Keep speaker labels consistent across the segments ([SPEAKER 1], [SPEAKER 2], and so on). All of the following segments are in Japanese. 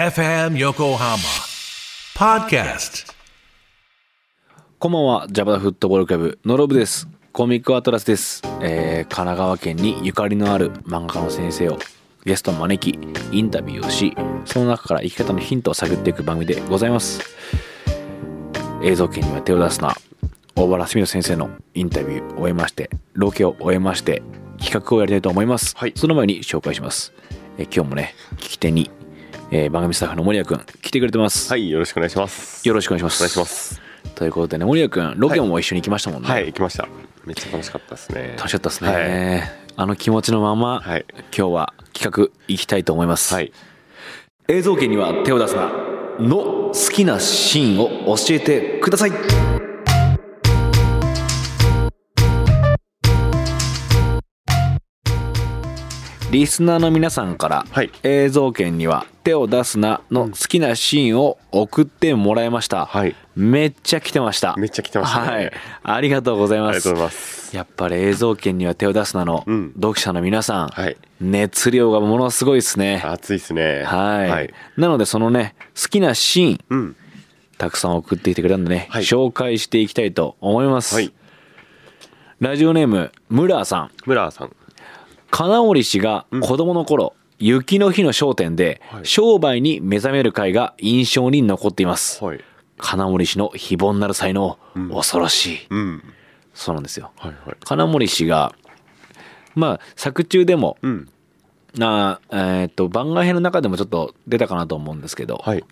[SPEAKER 1] FM Yokohama Podcast.
[SPEAKER 2] こんばんは、ジャパダフットボールクラブのロブです。コミックアトラスです。えー、神奈川県にゆかりのある漫画家の先生をゲストに招き、インタビューをし、その中から生き方のヒントを探っていく番組でございます。映像権には手を出すな、大原すみ先生のインタビューを終えまして、ロケを終えまして、企画をやりたいと思います。
[SPEAKER 3] はい
[SPEAKER 2] その前に紹介します。えー今日もね、聞き手に、えー番組スタッフの森谷くん来てくれてます。
[SPEAKER 3] はい、よろしくお願いします。
[SPEAKER 2] よろしくお願いします。
[SPEAKER 3] お願いします。
[SPEAKER 2] ということでね、森谷くん、ロケも一緒に行きましたもんね。
[SPEAKER 3] はい、行きました。めっちゃ楽しかったですね。
[SPEAKER 2] 楽しかったですね、
[SPEAKER 3] はい。
[SPEAKER 2] あの気持ちのまま、
[SPEAKER 3] はい
[SPEAKER 2] 今日は企画いきたいと思います、
[SPEAKER 3] はい
[SPEAKER 2] 映像権には手を出すなの好きなシーンを教えてくださいリスナーの皆さんから、
[SPEAKER 3] はい
[SPEAKER 2] 映像権には手を出すなの好きなシーンを送ってもらいました、
[SPEAKER 3] はい
[SPEAKER 2] めっちゃ来てました
[SPEAKER 3] めっちゃ来てましたね
[SPEAKER 2] はいありがとうございます
[SPEAKER 3] ありがとうございます
[SPEAKER 2] やっぱり映像権には手を出すなの、
[SPEAKER 3] うん
[SPEAKER 2] 読者の皆さん、
[SPEAKER 3] はい
[SPEAKER 2] 熱量がものすごいですね。
[SPEAKER 3] 暑いですね。
[SPEAKER 2] はい、なのでそのね、好きなシーン、
[SPEAKER 3] うん。
[SPEAKER 2] たくさん送ってきてくれたんでね、
[SPEAKER 3] はい
[SPEAKER 2] 紹介していきたいと思います。
[SPEAKER 3] はい。
[SPEAKER 2] ラジオネーム、ムラーさん。
[SPEAKER 3] 村さん。
[SPEAKER 2] 金織氏が子供の頃、雪の日の商店で
[SPEAKER 3] はい
[SPEAKER 2] 商売に目覚める会が印象に残っています。
[SPEAKER 3] はい。
[SPEAKER 2] 金森氏の非凡なる才能、恐ろしい。
[SPEAKER 3] うん。
[SPEAKER 2] そうなんですよ。
[SPEAKER 3] はいはい。
[SPEAKER 2] 金森氏が、まあ、作中でも、
[SPEAKER 3] うん。
[SPEAKER 2] なあえーっと番外編の中でもちょっと出たかなと思うんですけど、
[SPEAKER 3] はい。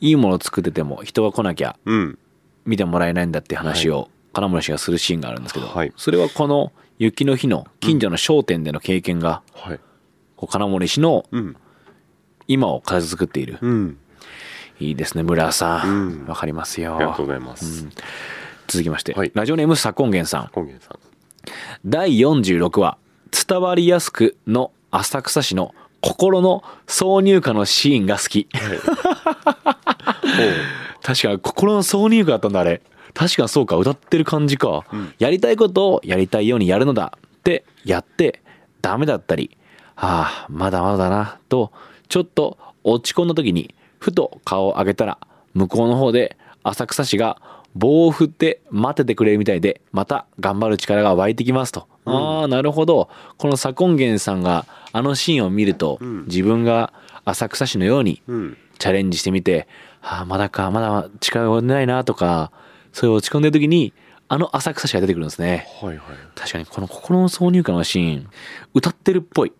[SPEAKER 2] い、いものを作ってても人が来なきゃ
[SPEAKER 3] うん。
[SPEAKER 2] 見てもらえないんだって話を金村氏がするシーンがあるんですけど、
[SPEAKER 3] はい
[SPEAKER 2] それはこの雪の日の近所の商店での経験が、
[SPEAKER 3] はい。
[SPEAKER 2] こう金森氏の
[SPEAKER 3] うん。
[SPEAKER 2] 今を形作っている、
[SPEAKER 3] うん。
[SPEAKER 2] いいですね村さん
[SPEAKER 3] う
[SPEAKER 2] わ、かりますよ
[SPEAKER 3] ありがとうございます。
[SPEAKER 2] 続きまして、
[SPEAKER 3] はい
[SPEAKER 2] ラジオネーム左根源さん
[SPEAKER 3] コンゲンさん。
[SPEAKER 2] 第46話「伝わりやすく」の浅草市の心の挿入歌のシーンが好き確かに心の挿入歌だったんだあれ確かにそうか歌ってる感じか、やりたいことをやりたいようにやるのだってやってダメだったりああまだまだだなとちょっと落ち込んだ時にふと顔を上げたら向こうの方で浅草市が棒を振って待っててくれるみたいでまた頑張る力が湧いてきますと、ああなるほどこの左根源さんがあのシーンを見ると、自分が浅草市のように
[SPEAKER 3] うん。
[SPEAKER 2] チャレンジしてみて、ああ、まだか、まだ力が及んでないなとか、そういう落ち込んでる時に、あの浅草市が出てくるんですね。
[SPEAKER 3] はいはい。
[SPEAKER 2] 確かにこの心の挿入歌のシーン、歌ってるっぽい。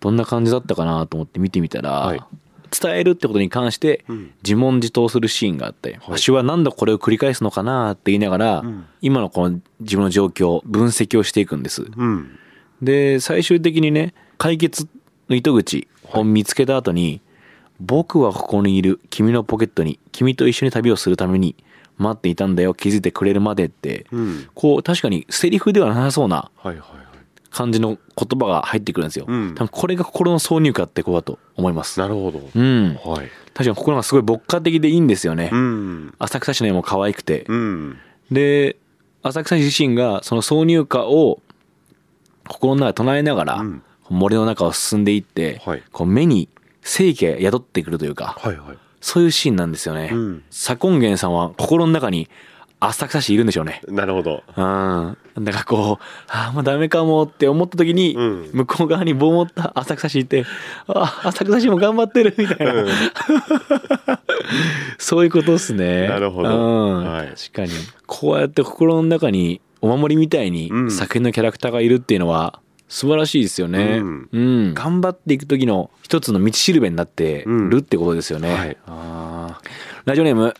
[SPEAKER 2] どんな感じだったかなと思って見てみたら、
[SPEAKER 3] はい
[SPEAKER 2] 伝えるってことに関して
[SPEAKER 3] ん
[SPEAKER 2] 自問自答するシーンがあって、
[SPEAKER 3] い
[SPEAKER 2] 私は何度これを繰り返すのかなって言いながら、
[SPEAKER 3] ん
[SPEAKER 2] 今のこの自分の状況、分析をしていくんです。
[SPEAKER 3] うん。
[SPEAKER 2] で最終的にね解決の糸口を見つけた後に、僕はここにいる君のポケットに君と一緒に旅をするために待っていたんだよ気づいてくれるまでって、
[SPEAKER 3] うん。
[SPEAKER 2] こう確かにセリフではなさそうな
[SPEAKER 3] はいはいはい。
[SPEAKER 2] 感じの言葉が入ってくるんですよ、
[SPEAKER 3] うん
[SPEAKER 2] 多分これが心の挿入歌ってこうだと思います
[SPEAKER 3] なるほど。
[SPEAKER 2] うん
[SPEAKER 3] はい。
[SPEAKER 2] 確かに心がすごい牧歌的でいいんですよね、
[SPEAKER 3] うん。
[SPEAKER 2] 浅草市の絵も可愛くて、
[SPEAKER 3] うん。
[SPEAKER 2] で浅草自身がその挿入歌を心の中で唱えながら、
[SPEAKER 3] うん
[SPEAKER 2] 森の中を進んでいって、
[SPEAKER 3] はい
[SPEAKER 2] こう目に生気が宿ってくるというか、
[SPEAKER 3] はいはい。
[SPEAKER 2] そういうシーンなんですよね、
[SPEAKER 3] うん
[SPEAKER 2] 左根源さんは心の中に浅草市いるんでしょうね
[SPEAKER 3] なるほど。
[SPEAKER 2] うん、だからこう、ああ、もうダメかもって思った時に、
[SPEAKER 3] うん
[SPEAKER 2] 向こう側に棒を持った浅草市いて、ああ、浅草市も頑張ってるみたいな、
[SPEAKER 3] うん
[SPEAKER 2] そういうことですね。
[SPEAKER 3] なるほど
[SPEAKER 2] うん、
[SPEAKER 3] はい
[SPEAKER 2] 確かに。こうやって心の中にお守りみたいに
[SPEAKER 3] うん
[SPEAKER 2] 作品のキャラクターがいるっていうのは素晴らしいですよね。
[SPEAKER 3] うん
[SPEAKER 2] うん頑張っていく時の一つの道しるべになってるってことですよね。
[SPEAKER 3] はい
[SPEAKER 2] あーラジオネーム、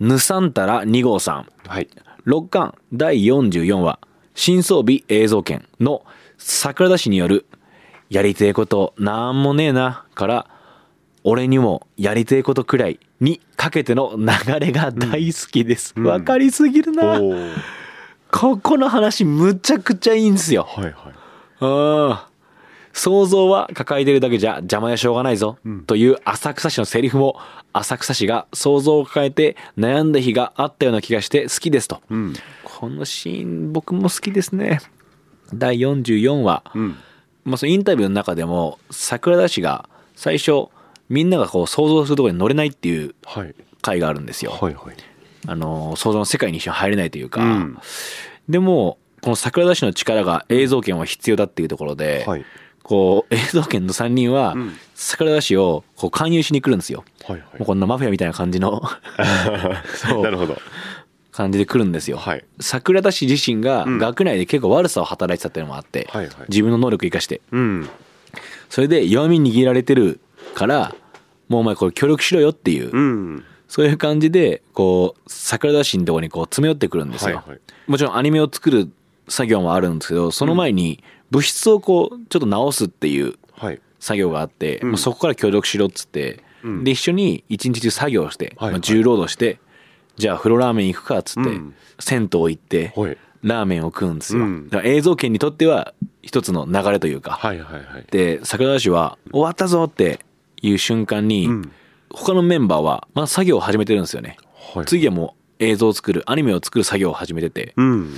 [SPEAKER 2] ヌサンタラ2号さん。
[SPEAKER 3] はい。
[SPEAKER 2] 六巻第44話「新装備映像権」の桜田氏による「やりてえことなんもねえな」から「俺にもやりてえことくらい」にかけての流れが大好きです。
[SPEAKER 3] ん
[SPEAKER 2] わ、かりすぎる
[SPEAKER 3] お
[SPEAKER 2] な。
[SPEAKER 3] ー
[SPEAKER 2] ここの話むちゃくちゃいいんですよ。
[SPEAKER 3] はいはい。
[SPEAKER 2] うん想像は抱えてるだけじゃ邪魔やしょうがないぞ、という浅草市のセリフも浅草市が想像を抱えて悩んだ日があったような気がして好きですと、
[SPEAKER 3] うん。
[SPEAKER 2] このシーン僕も好きですね第44話、
[SPEAKER 3] うん。
[SPEAKER 2] まあ、そのインタビューの中でも桜田氏が最初みんながこう想像するところに乗れないっていう
[SPEAKER 3] はい
[SPEAKER 2] 回があるんですよ、
[SPEAKER 3] はいはい
[SPEAKER 2] あの想像の世界に一緒に入れないというか、
[SPEAKER 3] うん
[SPEAKER 2] でもこの桜田氏の力が映像権は必要だっていうところで、
[SPEAKER 3] はい
[SPEAKER 2] こう映像権の3人は
[SPEAKER 3] うん
[SPEAKER 2] 桜田氏をこう勧誘しに来るんですよ、
[SPEAKER 3] はい
[SPEAKER 2] もうこんなマフィアみたいな感じ の
[SPEAKER 3] はいなるほど
[SPEAKER 2] 感じで来るんですよ、
[SPEAKER 3] はい
[SPEAKER 2] 桜田氏自身が
[SPEAKER 3] ん
[SPEAKER 2] 学内で結構悪さを働いてたっていうのもあって、
[SPEAKER 3] はいはい
[SPEAKER 2] 自分の能力生かして
[SPEAKER 3] うん
[SPEAKER 2] それで弱み握られてるからもうお前これ協力しろよっていう、
[SPEAKER 3] うん
[SPEAKER 2] そういう感じでこう桜田氏のところにこう詰め寄ってくるんですよ、
[SPEAKER 3] はいはい
[SPEAKER 2] もちろんアニメを作る作業もあるんですけどその前に物質をこうちょっと直すっていう
[SPEAKER 3] はい
[SPEAKER 2] 作業があって、
[SPEAKER 3] ん
[SPEAKER 2] まあそこから協力しろっつって、
[SPEAKER 3] ん
[SPEAKER 2] で一緒に一日中作業をして、
[SPEAKER 3] はい
[SPEAKER 2] まあ重労働してじゃあ風呂ラーメン行くかっつって、
[SPEAKER 3] うん
[SPEAKER 2] 銭湯行って、
[SPEAKER 3] はい
[SPEAKER 2] ラーメンを食うんですよ、
[SPEAKER 3] うん
[SPEAKER 2] だから映像権にとっては一つの流れというか、
[SPEAKER 3] はいはいはい
[SPEAKER 2] で桜田氏は終わったぞっていう瞬間に、
[SPEAKER 3] うん
[SPEAKER 2] 他のメンバーはまだ作業を始めてるんですよね、
[SPEAKER 3] はい
[SPEAKER 2] 次はもう映像を作るアニメを作る作業を始めてて、
[SPEAKER 3] うん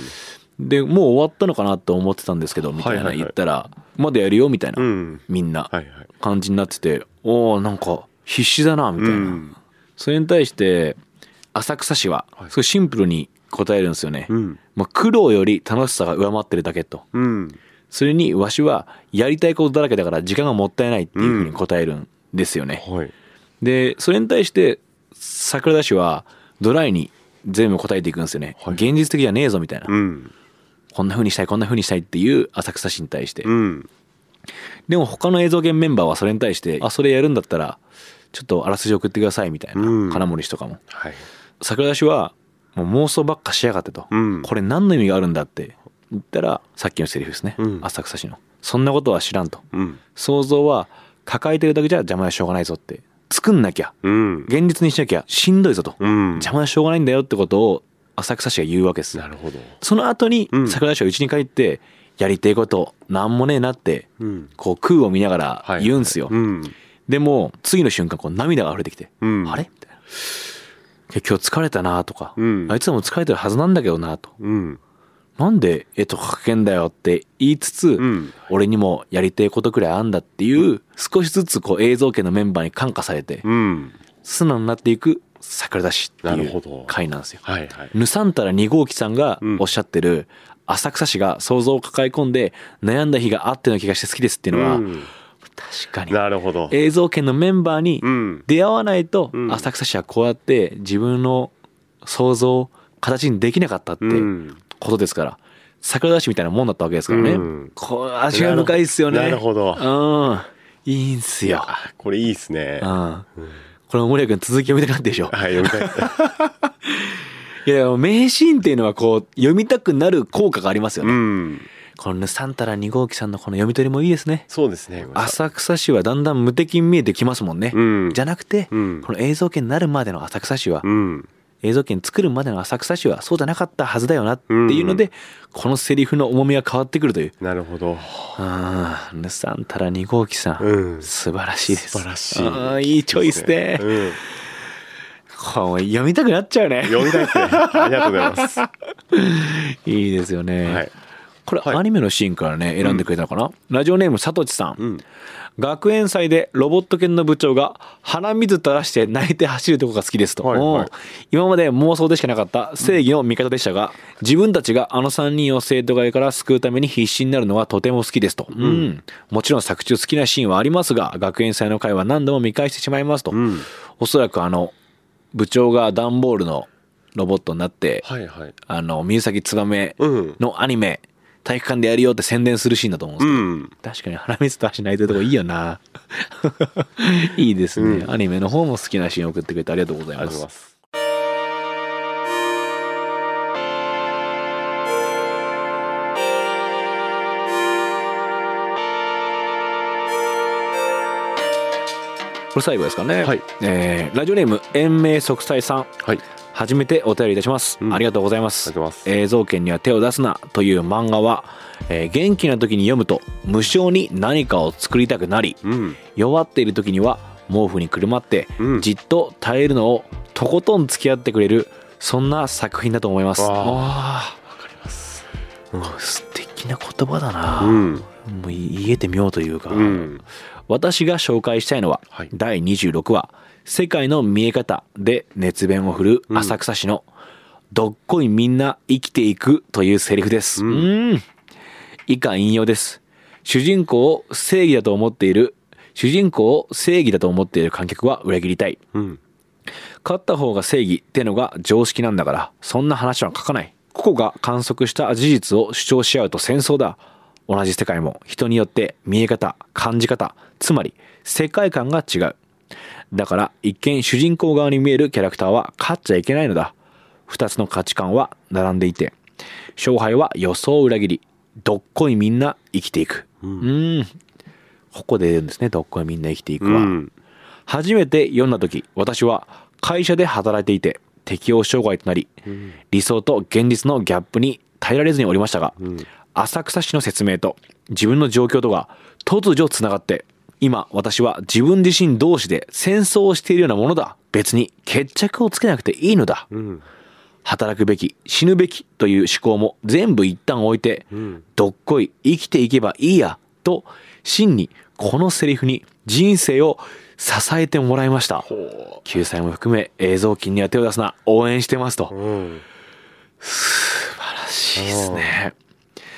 [SPEAKER 2] でもう終わったのかなと思ってたんですけどみたい
[SPEAKER 3] はい
[SPEAKER 2] な
[SPEAKER 3] はいはい
[SPEAKER 2] 言ったら、まだやるよみたいな、
[SPEAKER 3] うん
[SPEAKER 2] みんな
[SPEAKER 3] はいはい
[SPEAKER 2] 感じになってておおんか必死だなみたいな、
[SPEAKER 3] うん
[SPEAKER 2] それに対して浅草市は
[SPEAKER 3] はい
[SPEAKER 2] すごいシンプルに答えるんですよね、
[SPEAKER 3] うん
[SPEAKER 2] まあ、苦労より楽しさが上回ってるだけと
[SPEAKER 3] うん
[SPEAKER 2] それにわしはやりたいことだらけだから時間がもったいないっていうふうに答えるんですよね、
[SPEAKER 3] はい
[SPEAKER 2] でそれに対して桜田氏はドライに全部答えていくんですよね、
[SPEAKER 3] はい
[SPEAKER 2] 現実的じゃねえぞみたいな、
[SPEAKER 3] うん
[SPEAKER 2] こんな風にしたいこんな風にしたいっていう浅草氏に対して、
[SPEAKER 3] うん
[SPEAKER 2] でも他の映像源メンバーはそれに対してあそれやるんだったらちょっとあらすじ送ってくださいみたいな、
[SPEAKER 3] うん
[SPEAKER 2] 金森氏とかも
[SPEAKER 3] はい
[SPEAKER 2] 桜田氏はもう妄想ばっかしやがってと、
[SPEAKER 3] うん
[SPEAKER 2] これ何の意味があるんだって言ったらさっきのセリフですね、
[SPEAKER 3] うん
[SPEAKER 2] 浅草氏のそんなことは知らんと
[SPEAKER 3] うん
[SPEAKER 2] 想像は抱えてるだけじゃ邪魔でしょうがないぞって作んなきゃ
[SPEAKER 3] うん
[SPEAKER 2] 現実にしなきゃしんどいぞと、
[SPEAKER 3] うん
[SPEAKER 2] 邪魔でしょうがないんだよってことを浅草氏が言うわけです
[SPEAKER 3] なるほど
[SPEAKER 2] その後に
[SPEAKER 3] うん
[SPEAKER 2] 桜田氏は家に帰ってやりてえことなんもねえなって
[SPEAKER 3] うん
[SPEAKER 2] こう空を見ながら
[SPEAKER 3] はい
[SPEAKER 2] 言うんすよ、
[SPEAKER 3] うん
[SPEAKER 2] でも次の瞬間こう涙が溢れてきて「
[SPEAKER 3] うん
[SPEAKER 2] あれ?」みたいな「いや今日疲れたな」とか、
[SPEAKER 3] うん
[SPEAKER 2] あいつらも疲れてるはずなんだけどな」と
[SPEAKER 3] うん
[SPEAKER 2] 「なんで絵とか描けんだよ」って言いつつ、
[SPEAKER 3] ん
[SPEAKER 2] 俺にもやりてえことくらいあんだっていう少しずつこう映像系のメンバーに感化されて
[SPEAKER 3] うん
[SPEAKER 2] 素直になっていく桜田氏って
[SPEAKER 3] ないるほ
[SPEAKER 2] う
[SPEAKER 3] ど
[SPEAKER 2] 回なんですよ。
[SPEAKER 3] はいはい
[SPEAKER 2] ヌサンタラ2号機さんが
[SPEAKER 3] うん
[SPEAKER 2] おっしゃってる浅草氏が想像を抱え込んで悩んだ日があっての気がして好きですっていうのは、
[SPEAKER 3] うん
[SPEAKER 2] 確かに
[SPEAKER 3] なるほど
[SPEAKER 2] 映像圏のメンバーに
[SPEAKER 3] うん
[SPEAKER 2] 出会わないと
[SPEAKER 3] うん
[SPEAKER 2] 浅草氏はこうやって自分の想像を形にできなかったって
[SPEAKER 3] うん
[SPEAKER 2] ことですから桜田氏みたいなもんだったわけですからね、
[SPEAKER 3] うん
[SPEAKER 2] こう味が深いっすよね
[SPEAKER 3] なるほど
[SPEAKER 2] うんいいんすよ、
[SPEAKER 3] あこれいいですね
[SPEAKER 2] うん、
[SPEAKER 3] は
[SPEAKER 2] これ森谷君続き読みたくなってでしょ
[SPEAKER 3] い読みたい
[SPEAKER 2] いやでも名シーンっていうのはこう読みたくなる効果がありますよね、
[SPEAKER 3] うん
[SPEAKER 2] このねサンタラ2号機さんのこの読み取りもいいですね
[SPEAKER 3] そうですね
[SPEAKER 2] 浅草氏はだんだん無敵に見えてきますもんね、
[SPEAKER 3] うん
[SPEAKER 2] じゃなくて、
[SPEAKER 3] うん
[SPEAKER 2] この映像権になるまでの浅草氏は、
[SPEAKER 3] うん
[SPEAKER 2] 映像権作るまでの浅草氏はそうじゃなかったはずだよなっていうので、このセリフの重みが変わってくるという
[SPEAKER 3] なるほど
[SPEAKER 2] ああヌサンタラ2号機さん、
[SPEAKER 3] うん
[SPEAKER 2] 素晴らしいです
[SPEAKER 3] 素晴らしい
[SPEAKER 2] ああいいチョイスで、
[SPEAKER 3] うん
[SPEAKER 2] こう読みたくなっちゃうね
[SPEAKER 3] 読みたいですねありがとうござい ますはい
[SPEAKER 2] いいですよね、
[SPEAKER 3] い
[SPEAKER 2] これ、
[SPEAKER 3] はい
[SPEAKER 2] アニメのシーンからね選んでくれたのかな、ラジオネームさとちさん、
[SPEAKER 3] うん
[SPEAKER 2] 学園祭でロボット犬の部長が鼻水垂らして泣いて走るとこが好きですと、
[SPEAKER 3] はいはい
[SPEAKER 2] おう今まで妄想でしかなかった正義の味方でしたが、自分たちがあの3人を生徒会から救うために必死になるのはとても好きですと、うんもちろん作中好きなシーンはありますが学園祭の回は何度も見返してしまいますと、
[SPEAKER 3] ん
[SPEAKER 2] おそらくあの部長が段ボールのロボットになって、
[SPEAKER 3] はいはい
[SPEAKER 2] あの水崎燕
[SPEAKER 3] うん
[SPEAKER 2] のアニメ体育館でやるよって宣伝するシーンだと思うんですけど、
[SPEAKER 3] うん
[SPEAKER 2] 確かに鼻水と足泣いてるとこいいよな いいですね、アニメの方も好きなシーン送ってくれてありがとうござい
[SPEAKER 3] ありがとう
[SPEAKER 2] ま
[SPEAKER 3] ござい
[SPEAKER 2] す
[SPEAKER 3] ます
[SPEAKER 2] これ最後ですかね、
[SPEAKER 3] はい
[SPEAKER 2] えーラジオネーム延命息災さん
[SPEAKER 3] はい
[SPEAKER 2] 初めてお便りいたします、
[SPEAKER 3] うん
[SPEAKER 2] ありがとうございます
[SPEAKER 3] ありがとうございます
[SPEAKER 2] 映像権には手を出すなという漫画は、えー元気な時に読むと無償に何かを作りたくなり
[SPEAKER 3] うん
[SPEAKER 2] 弱っている時には毛布にくるまって
[SPEAKER 3] うん
[SPEAKER 2] じっと耐えるのをとことん付き合ってくれるそんな作品だと思います
[SPEAKER 3] わ
[SPEAKER 2] あわかります、素敵な言葉だな、
[SPEAKER 3] うん
[SPEAKER 2] もう言えてみようというか、
[SPEAKER 3] うん
[SPEAKER 2] わ私が紹介したいのは、
[SPEAKER 3] はい
[SPEAKER 2] 第26話「世界の見え方」で熱弁を振るう浅草市の「どっこいみんな生きていく」というセリフです、うん以下引用です主人公を正義だと思っている主人公を正義だと思っている観客は裏切りたい
[SPEAKER 3] うん。
[SPEAKER 2] 勝った方が正義ってのが常識なんだからそんな話は書かない個々が観測した事実を主張し合うと戦争だ同じ世界も人によって見え方感じ方つまり世界観が違うだから一見主人公側に見えるキャラクターは勝っちゃいけないのだ二つの価値観は並んでいて勝敗は予想を裏切りどっこいみんな生きていくうんここで出るんですねどっこいみんな生きていく
[SPEAKER 3] う
[SPEAKER 2] は、
[SPEAKER 3] ん。
[SPEAKER 2] 初めて読んだ時私は会社で働いていて適応障害となり理想と現実のギャップに耐えられずにおりましたが、浅草市の説明と自分の状況とが突如つながって今私は自分自身同士で戦争をしているようなものだ別に決着をつけなくていいのだ、働くべき死ぬべきという思考も全部一旦置いて、どっこい生きていけばいいやと真にこのセリフに人生を支えてもらいました救済も含め映像金には手を出すな応援してますと
[SPEAKER 3] うん。
[SPEAKER 2] 素晴らしいですね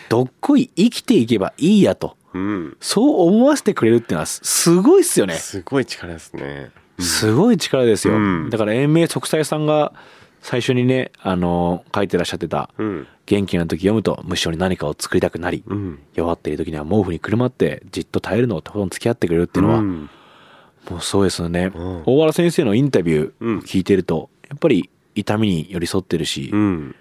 [SPEAKER 2] どっこい生きていけばいいやと
[SPEAKER 3] うん。
[SPEAKER 2] そう思わせてくれるってのはすすごいっすよね
[SPEAKER 3] すごい力ですね。
[SPEAKER 2] すごい力ですよ、
[SPEAKER 3] うん
[SPEAKER 2] だから英明息災さんが最初にねあの書いてらっしゃってた
[SPEAKER 3] うん。
[SPEAKER 2] 元気な時読むと無性に何かを作りたくなり、
[SPEAKER 3] うん。
[SPEAKER 2] 弱っている時には毛布にくるまってじっと耐えるのをとことん付き合ってくれるっていうのは、
[SPEAKER 3] ん
[SPEAKER 2] もうそうですよね、
[SPEAKER 3] うん
[SPEAKER 2] 大原先生のインタビュ
[SPEAKER 3] うん
[SPEAKER 2] ー聞いてると、やっぱり痛みに寄り添ってるし、
[SPEAKER 3] うん。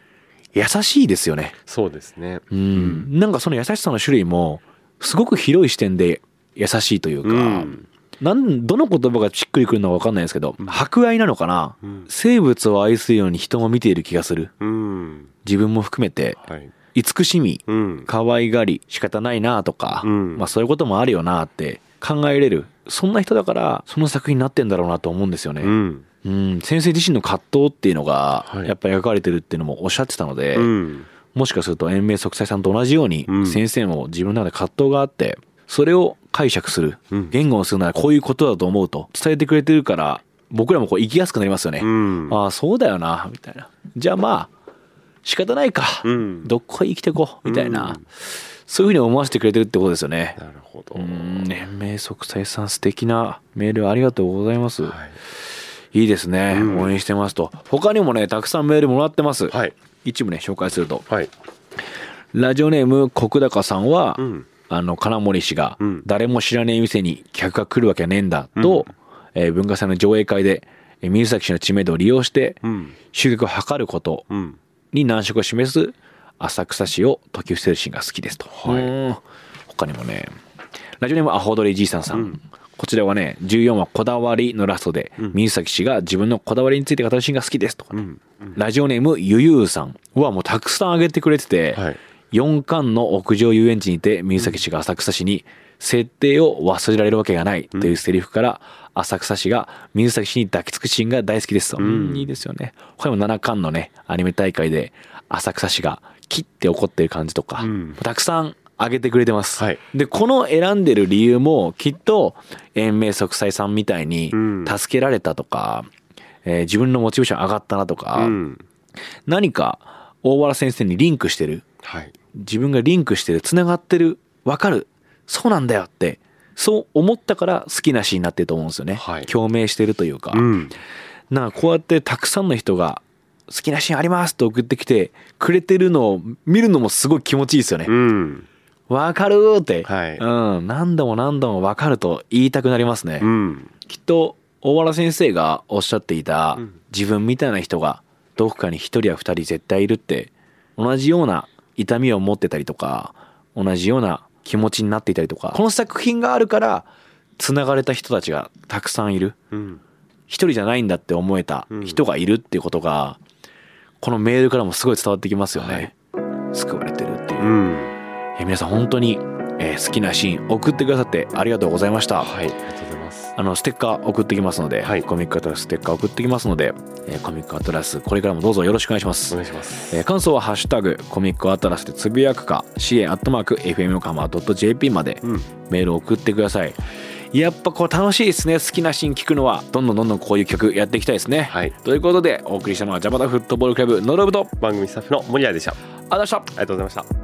[SPEAKER 2] 優しいですよね
[SPEAKER 3] そうですね。
[SPEAKER 2] うん、なんかその優しさの種類もすごく広い視点で優しいというか、
[SPEAKER 3] うん
[SPEAKER 2] なんどの言葉がしっくりくるのか分かんないですけど博愛なのかな、
[SPEAKER 3] うん
[SPEAKER 2] 生物を愛するように人も見ている気がする
[SPEAKER 3] うん。
[SPEAKER 2] 自分も含めて
[SPEAKER 3] はい。
[SPEAKER 2] 慈しみ
[SPEAKER 3] うん。
[SPEAKER 2] 可愛がり仕方ないなとか、
[SPEAKER 3] うん
[SPEAKER 2] まあ、そういうこともあるよなって考えれるそんな人だからその作品になってんだろうなと思うんですよね、
[SPEAKER 3] うん。
[SPEAKER 2] うん先生自身の葛藤っていうのが
[SPEAKER 3] はい
[SPEAKER 2] やっぱり描かれてるっていうのもおっしゃってたので、
[SPEAKER 3] うん。
[SPEAKER 2] もしかすると延命息災さんと同じように
[SPEAKER 3] うん
[SPEAKER 2] 先生も自分の中で葛藤があってそれを解釈する、
[SPEAKER 3] うん
[SPEAKER 2] 言語をするならこういうことだと思うと伝えてくれてるから僕らもこう生きやすくなりますよね、
[SPEAKER 3] うん。
[SPEAKER 2] ああそうだよなみたいなじゃあまあ仕方ないか、
[SPEAKER 3] うん
[SPEAKER 2] どっこい生きてこうみたいな、
[SPEAKER 3] うん
[SPEAKER 2] そういうふうに思わせてくれてるってことですよね
[SPEAKER 3] なるほど。
[SPEAKER 2] うん年明息災さん素敵なメールありがとうございます、
[SPEAKER 3] はい。
[SPEAKER 2] い、いですね、
[SPEAKER 3] うん
[SPEAKER 2] 応援してますと他にもねたくさんメールもらってます、
[SPEAKER 3] はい。
[SPEAKER 2] 一部ね紹介すると
[SPEAKER 3] はい。
[SPEAKER 2] ラジオネーム国高さんは、
[SPEAKER 3] うん
[SPEAKER 2] あの金森氏が、
[SPEAKER 3] うん
[SPEAKER 2] 誰も知らねえ店に客が来るわけねえんだと、えー文化祭の上映会でえー水崎氏の知名度を利用して、
[SPEAKER 3] うん。
[SPEAKER 2] 集客を図ること
[SPEAKER 3] うん。
[SPEAKER 2] に難色を示す浅草市を説き伏せるシーンが好きですと、
[SPEAKER 3] はい
[SPEAKER 2] うん他にもねラジオネームアホドリじいさんさん、こちらはね14話「こだわり」のラストで、水崎氏が自分のこだわりについて語るシーンが好きですとかね、
[SPEAKER 3] ん
[SPEAKER 2] ラジオネームゆゆうさんはもうたくさんあげてくれてて、
[SPEAKER 3] はい
[SPEAKER 2] 4巻の屋上遊園地にて水崎氏が浅草市に設定を忘れられるわけがないというセリフから浅草市が水崎氏に抱きつくシーンが大好きですと、うんいいですよね他にも7巻のねアニメ大会で浅草市が切って怒ってる感じとか、
[SPEAKER 3] うん
[SPEAKER 2] たくさんあげてくれてます、
[SPEAKER 3] はい
[SPEAKER 2] でこの選んでる理由もきっと延命息災さんみたいに
[SPEAKER 3] うん
[SPEAKER 2] 助けられたとか、えー自分のモチベーション上がったなとか、
[SPEAKER 3] うん。
[SPEAKER 2] 何か大原先生にリンクしてる
[SPEAKER 3] はい。
[SPEAKER 2] 自分がリンクしてるつながってるわかるそうなんだよってそう思ったから好きな詩になってると思うんですよね、
[SPEAKER 3] はい
[SPEAKER 2] 共鳴してるというか、
[SPEAKER 3] うん。
[SPEAKER 2] なんかこうやってたくさんの人が「好きなシーンあります」と送ってきてくれてるのを見るのもすごい気持ちいいですよね
[SPEAKER 3] うん。
[SPEAKER 2] 「わ、かる」って、
[SPEAKER 3] はい
[SPEAKER 2] うん、何度も何度も「わかる」と言いたくなりますね、
[SPEAKER 3] うん。
[SPEAKER 2] きっと大原先生がおっしゃっていた
[SPEAKER 3] うん
[SPEAKER 2] 自分みたいな人がどこかに一人や二人絶対いるって同じような痛みを持ってたりとか同じような気持ちになっていたりとかこの作品があるからつながれた人たちがたくさんいる
[SPEAKER 3] うん。
[SPEAKER 2] 一人じゃないんだって思えた
[SPEAKER 3] うん
[SPEAKER 2] 人がいるっていうことがこのメールからもすごい伝わってきますよね、救われてるっていう、
[SPEAKER 3] う
[SPEAKER 2] い
[SPEAKER 3] ん。
[SPEAKER 2] や皆さん本当に、えー好きなシーン送ってくださってありがとうございました、
[SPEAKER 3] はい。ありがとうございます。
[SPEAKER 2] あのステッカー送ってきますので、
[SPEAKER 3] はい
[SPEAKER 2] コミックアトラスステッカー送ってきますので、えーコミックアトラスこれからもどうぞよろしくお願いしま
[SPEAKER 3] お
[SPEAKER 2] す、
[SPEAKER 3] 願いします。
[SPEAKER 2] えー感想は「ハッシュタグコミックアトラス」でつぶやくか c a f m カマ .jp まで
[SPEAKER 3] うん。
[SPEAKER 2] メールを送ってください、やっぱこう楽しいですね好きなシーン聞くのはどんどんどんどんこういう曲やっていきたいですね、
[SPEAKER 3] はい
[SPEAKER 2] ということでお送りしたのはジャパタフットボールクラブノロブと
[SPEAKER 3] 番組スタッフの森谷でしたあり
[SPEAKER 2] ありがとうございました
[SPEAKER 3] がとうございました